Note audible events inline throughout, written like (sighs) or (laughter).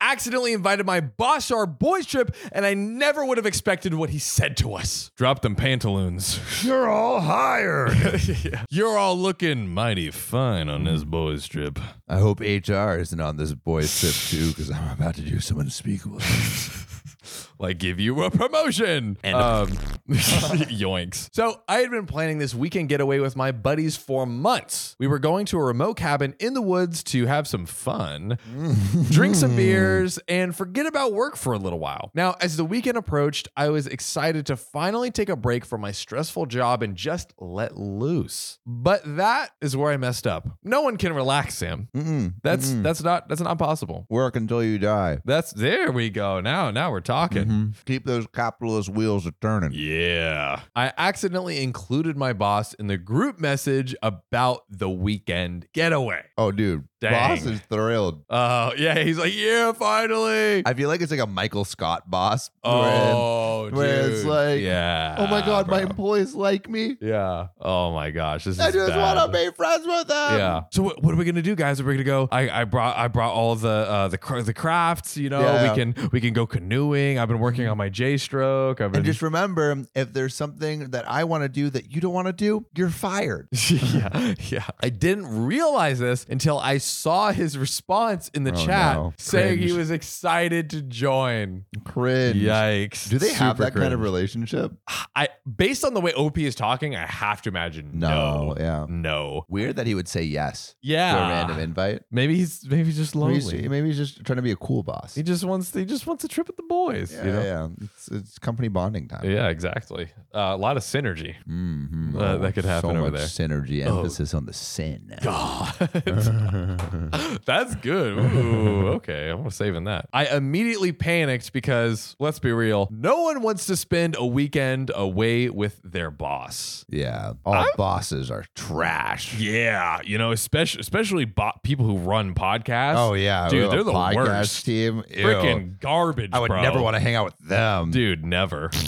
accidentally invited my boss to our boys' trip, and I never would have expected what he said to us. Drop them (laughs) pantaloons. You're (laughs) all hired. You're all looking mighty fine on this boys' trip. I hope HR isn't on this boys' trip too, because I'm about to do some unspeakable. (laughs) Like, give you a promotion. And (laughs) um, yoinks. So, I had been planning this weekend getaway with my buddies for months. We were going to a remote cabin in the woods to have some fun, Mm. drink some beers, and forget about work for a little while. Now, as the weekend approached, I was excited to finally take a break from my stressful job and just let loose. But that is where I messed up. No one can relax, Sam. (laughs) Mm-mm. That's Mm. that's not that's not possible. Work until you die. That's there we go. Now, now we're talking. Keep those capitalist wheels a turning. Yeah. I accidentally included my boss in the group message about the weekend getaway. Oh, dude, Dang. boss is thrilled. Oh, yeah. He's like, yeah, finally. I feel like it's like a Michael Scott boss. wherein- Oh, where dude. it's like, yeah. oh my god, my bro. employees like me. yeah. Oh my gosh, this is I just bad. want to be friends with them. Yeah. So what, what are we gonna do, guys? We're gonna go. I, I brought I brought all the uh, the cra- the crafts. You know, Yeah. Mm-hmm. we can we can go canoeing. I've been working on my J stroke. I've been And just remember, if there's something that I want to do that you don't want to do, you're fired. (laughs) yeah, yeah. I didn't realize this until I saw his response in the Oh, chat no. saying he Cringe. was excited to join. Cringe. Yikes. Do they have Super that kind of cringe. relationship? I based on the way OP is talking, I have to imagine no. Yeah. No. Weird that he would say yes Yeah. Ah, to a random invite. Maybe he's maybe he's just Maybe lonely. he's, maybe he's just trying to be a cool boss. he just wants he just wants a trip with the boys. yeah, you know? yeah. It's, it's company bonding time. Yeah, exactly. Uh, a lot of synergy. Mhm. Uh, that could happen so over much there. Oh. Synergy, emphasis on the sin. God. (laughs) That's good. Ooh, okay. I'm saving that. I immediately panicked because let's be real, no one wants to spend a weekend away with their boss. Yeah, all bosses are trash. Yeah. You know, especially especially bo- people who run podcasts. Oh yeah, Dude, a they're the podcast worst. team. Ew. Freaking garbage. I would bro. never want to hang out with them. Dude, never. (laughs)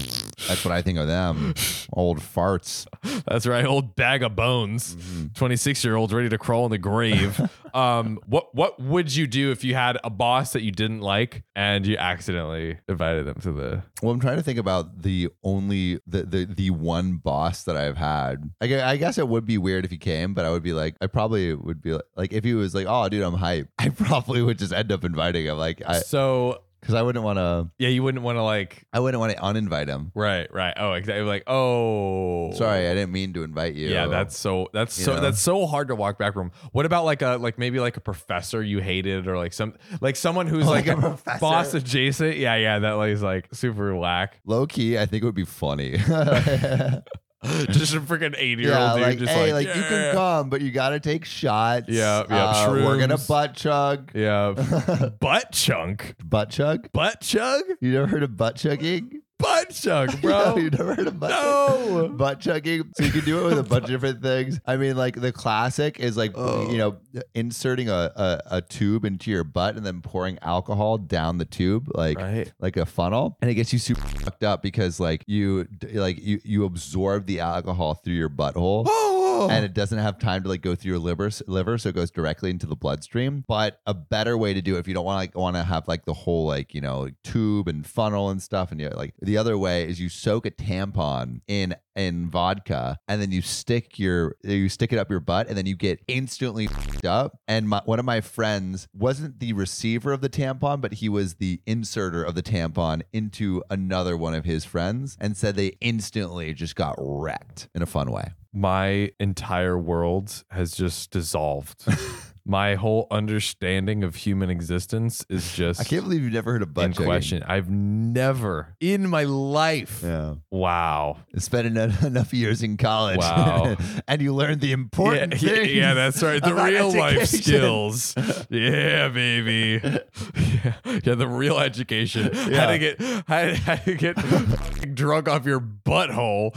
That's what I think of them. Old farts. That's right. Old bag of bones. Mm-hmm. 26 year olds ready to crawl in the (laughs) grave. um, what what would you do if you had a boss that you didn't like and you accidentally invited them to the Well, I'm trying to think about the only the the, the one boss that I've had. I, gue- I guess it would be weird if he came, but I would be like, I probably would be like, like if he was like, oh, dude, I'm hype. (laughs) I probably would just end up inviting him, like, I So because I wouldn't want to. yeah, you wouldn't want to like I wouldn't want to uninvite him. right, right. Oh, exactly. Like, oh Sorry, I didn't mean to invite you. Yeah, that's so that's You so know? that's so hard to walk back from. What about like a like maybe like a professor you hated or like some like someone who's like, Oh, Like a a, professor? boss adjacent? Yeah, yeah, that lady's like super whack. (gasps) low key. I think it would be funny. (laughs) Just a freaking 80 year yeah, old dude like, just hey, like, like, you can come, but you gotta take shots. Yeah, yeah, Uh, we're gonna shrooms. butt chug. Yeah. (laughs) butt chunk. Butt chug. Butt chug? You never heard of butt chugging, Butt (laughs) chug, bro. you never heard of butt. No. Butt chugging. So you can do it with a bunch of different things. I mean, like the classic is like Oh. you know inserting a, a a tube into your butt and then pouring alcohol down the tube, like Right. like a funnel, and it gets you super fucked up because like you like you you absorb the alcohol through (gasps) your butthole. (laughs) Oh. and it doesn't have time to like go through your liver, liver, so it goes directly into the bloodstream. But a better way to do it, if you don't want like want to have like the whole like you know tube and funnel and stuff, and you like the other way is you soak a tampon in in vodka, and then you stick your you stick it up your butt, and then you get instantly fucked up. And my, one of my friends wasn't the receiver of the tampon, but he was the inserter of the tampon into another one of his friends, and said they instantly just got wrecked in a fun way. My entire world has just (laughs) dissolved. My whole understanding of human existence is just I can't believe you've never heard of butt in chugging. question. I've never in my life. Yeah, Wow. spent enough, (laughs) enough years in college. Wow. (laughs) and you learned the Yeah, important yeah, things yeah, that's right. The (laughs) about real life education. skills. Yeah, (laughs) baby. Yeah, yeah, the real education. How to get how, how to get (laughs) fucking drunk off your butthole.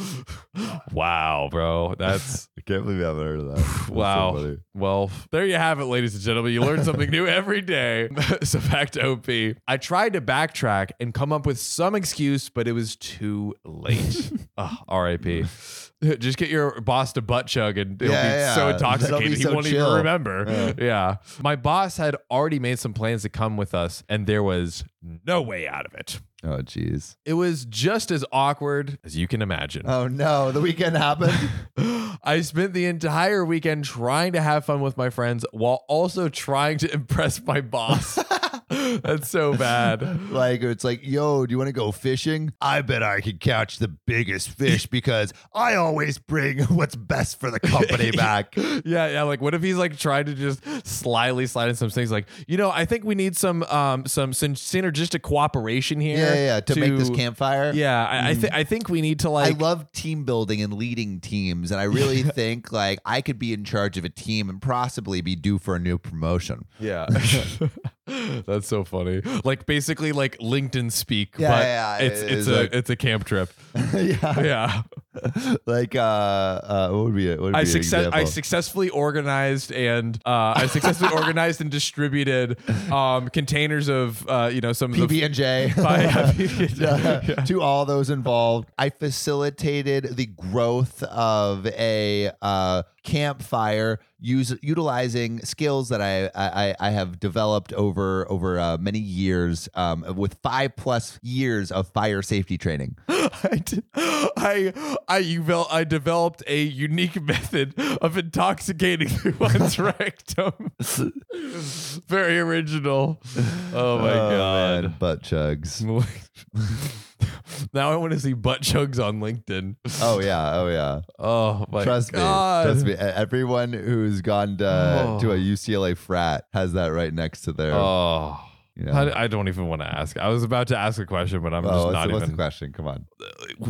Wow, bro. That's I can't believe I haven't heard of (sighs) that. That's so wow. funny. well, there you have it, ladies and gentlemen. You learn something new every (laughs) day. so back to OP. I tried to backtrack (laughs) and come up with some excuse, but it was too late. Ah, Ugh, R.I.P. Just get your boss to butt chug and he'll Yeah, be yeah, so yeah. That'll intoxicated be he so won't chill. even remember. Yeah. Yeah. My boss had already made some plans to come with us, and there was no way out of it. Oh, jeez. It was just as awkward as you can imagine. Oh no, the (laughs) weekend happened. I spent the entire weekend trying to have fun with my friends while also trying to (laughs) impress my (laughs) boss. That's so bad. like it's like, yo, do you want to go fishing? I bet I can catch the biggest fish because I always bring (laughs) what's best for the (laughs) company back. Yeah, yeah. Like, what if he's like trying to just slyly slide in some things? Like, you know, I think we need some um some syn- synergistic cooperation here. Yeah, yeah, to, make this campfire. Yeah, I, I think I think we need to like. I love team building and leading teams, and I really think like I could be in charge of a team and possibly be due for a new promotion. (laughs) yeah. (laughs) That's so funny. Like basically like LinkedIn speak, Yeah, but yeah, yeah. it's It it's is a like- it's a camp trip. yeah, Yeah. like uh, uh, what would be it? What would I be an success I example? successfully organized and uh, I (laughs) successfully organized and distributed um, containers of uh, you know some (laughs) of the PB and J. (laughs) Yeah. to all those involved, I facilitated the growth of a uh, campfire, use, utilizing skills that I, I I have developed over over uh, many years, um, with five plus years of fire safety training. I, did, I, I, you vel- I developed a unique method of intoxicating (laughs) one's rectum. Very original. Oh my god. man, (laughs) butt chugs. now I want to see butt chugs on LinkedIn. Oh yeah, oh yeah. Oh my Trust god. me, trust me. E- Everyone who's gone to, Oh. to a UCLA frat has that right next to their. Oh. you know. How do- I don't even want to ask. I was about to ask a question, but I'm Oh, just what's, not the, what's the even. question? Come on.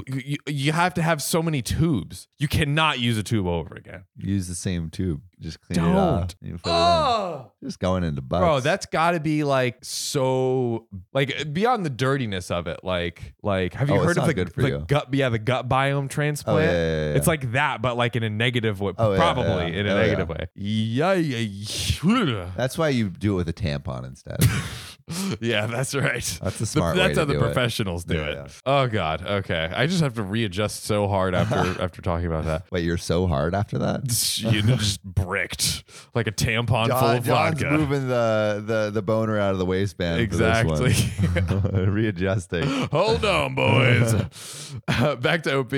You, you have to have so many tubes. You cannot use a tube over again. Use the same tube. Just clean it Don't. Oh. off. You fill it in. Just going into butts. Bro, that's got to be like so, like beyond the dirtiness of it. Like, like have you Oh, it's heard of not the, good for the you. gut? Yeah, the gut biome oh, transplant. yeah, yeah, yeah, yeah. It's like that, but like in a negative way. Oh, yeah, probably yeah. in a Oh, negative way. Yeah, (laughs) yeah, that's why you do it with a tampon instead. (laughs) yeah. yeah that's right. That's the The- smart way that's to how the do it. professionals do Yeah, it. yeah. Oh God. Okay. I just have to readjust so hard after (laughs) after talking about that. Wait, you're so hard after that. You know, (laughs) just bricked like a tampon full John- of John's vodka. moving the, the the boner out of the waistband. For this (laughs) one. (laughs) Readjusting. (gasps) Hold (laughs) on, boys. (laughs) Uh, back to OP.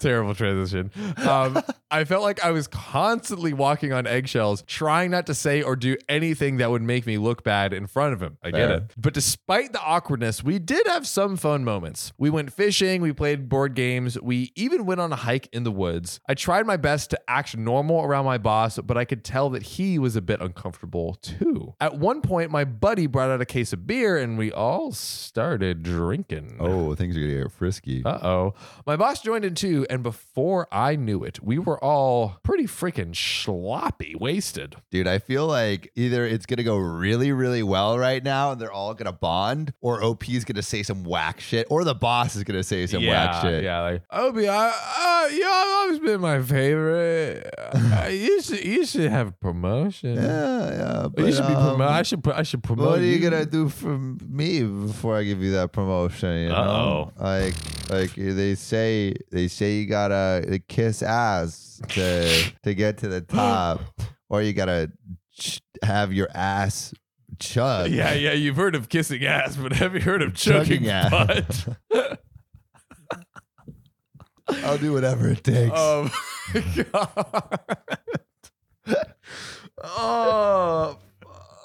Terrible transition. Um, I felt like I was constantly walking on eggshells, trying not to say or do anything that would make me look bad in front of him. I get Fair. it. But despite the awkwardness, we did have some fun moments. We went fishing, we played board games, we even went on a hike in the woods. I tried my best to act normal around my boss, but I could tell that he was a bit uncomfortable too. At one point, my buddy brought out a case of beer and we all started drinking. Oh, things are gonna get frisky. Uh oh. My boss joined in too, and before I knew it, we were all pretty freaking sloppy, wasted. Dude, I feel like either it's gonna go really, really well right now, and they're all gonna bond, or OP is gonna say some whack shit, or the boss is gonna say some whack shit. Yeah, like Obi, I, uh, you have always been my favorite. Uh, you should, you should have a promotion. yeah. yeah, you but, should be um, promoted. I should, pro- I should promote. What are you gonna do for m- me before I give you that promotion? You know, like like eh, they say they say you gotta eh, kiss ass to to (gasps) get to the top, or you gotta ch- have your ass (laughs) chug. (laughs) Yeah, yeah. You've heard of kissing ass, but have you heard of Chugging chugging ass. butt? (laughs) I'll do whatever it takes. Oh my god. (laughs) oh,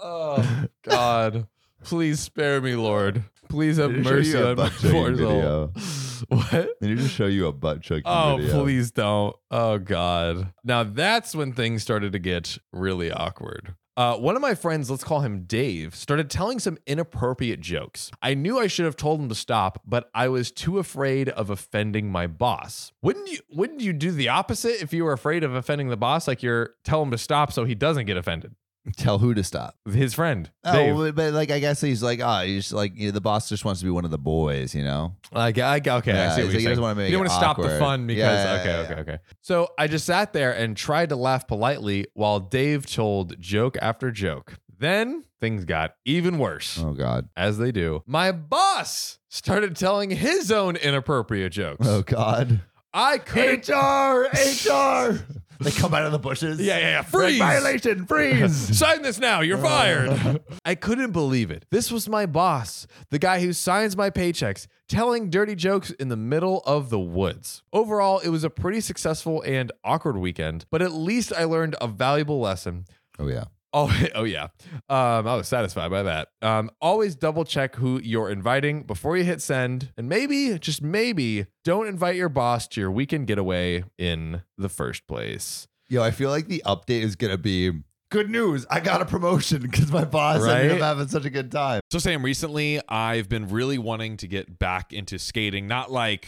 oh god. Please spare me, Lord. Please have Did it show mercy you a on my butt chugging poor soul. video? (laughs) What? Let me just show you a butt chugging Oh, video. please don't. Oh, God. Now that's when things started to get really awkward. Uh, one of my friends, let's call him Dave, started telling some inappropriate jokes. I knew I should have told him to stop, but I was too afraid of offending my boss. Wouldn't you? Wouldn't you do the opposite if you were afraid of offending the boss? Like you're tell him to stop so he doesn't get offended. Tell who to stop. His friend, Dave. Oh, but- but like I guess he's like, oh, he's like you know, the boss just wants to be one of the boys, you know. Like, I, okay, Yeah, I see it's what like you're he saying. doesn't wanna make you don't it wanna stop the awkward. fun because Yeah, yeah, okay, yeah, okay, okay. So I just sat there and tried to laugh politely while Dave told joke after joke. Then things got even worse, Oh God. as they do. My boss started telling his own inappropriate jokes. (laughs) Oh God. I couldn't. (laughs) HR, HR. they come out of the bushes. Yeah, yeah, yeah. Like, Freeze. violation, freeze. Sign this now. You're fired. (laughs) I couldn't believe it. This was my boss, the guy who signs my paychecks, telling dirty jokes in the middle of the woods. Overall, it was a pretty successful and awkward weekend, but at least I learned a valuable lesson. (laughs) (laughs) oh yeah. Oh, oh yeah. Um, I was satisfied by that. Um, always double check who you're inviting before you hit send, and maybe, just maybe, don't invite your boss to your weekend getaway in the first place. Yo, I feel like the update is gonna be good news. I got a promotion because my boss ended Right? up having such a good time. So Sam, recently I've been really wanting to get back into skating, not like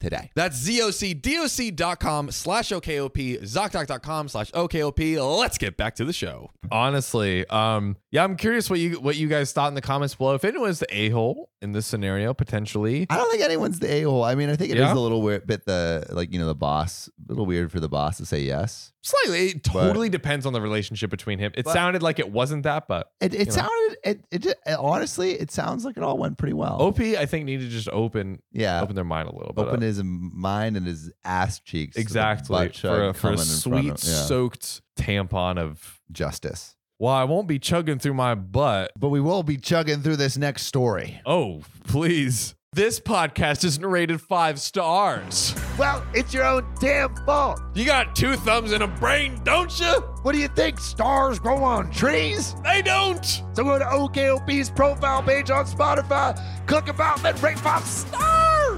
today. That's zocdoc.com slash OKOP, ZocDoc.com slash OKOP. Let's get back to the show. Honestly, um, yeah, I'm curious what you what you guys thought in the comments below. If anyone is the a hole in this scenario, potentially, I don't think anyone's the a hole. I mean, I think it is Yeah? a little weird, bit the like you know the boss, a little weird for the boss to say yes. slightly, it totally depends on the relationship between him. It sounded like it wasn't that, but It, it know? sounded it, it, ju- honestly, it sounds like it all went pretty well. OP, I think, needed to just open yeah, open their mind a little bit. open up. his mind and his ass cheeks to the exactly butt chug for a, for a coming in front sweet of- yeah. soaked tampon of. justice. Well, I won't be chugging through my butt. But we will be chugging through this next story. Oh, please! This podcast isn't rated five stars. Well, it's your own damn fault. You got two thumbs and a brain, don't you? What do you think? Stars grow on trees? They don't. So go to OKOP's profile page on Spotify, click about, then rate five stars.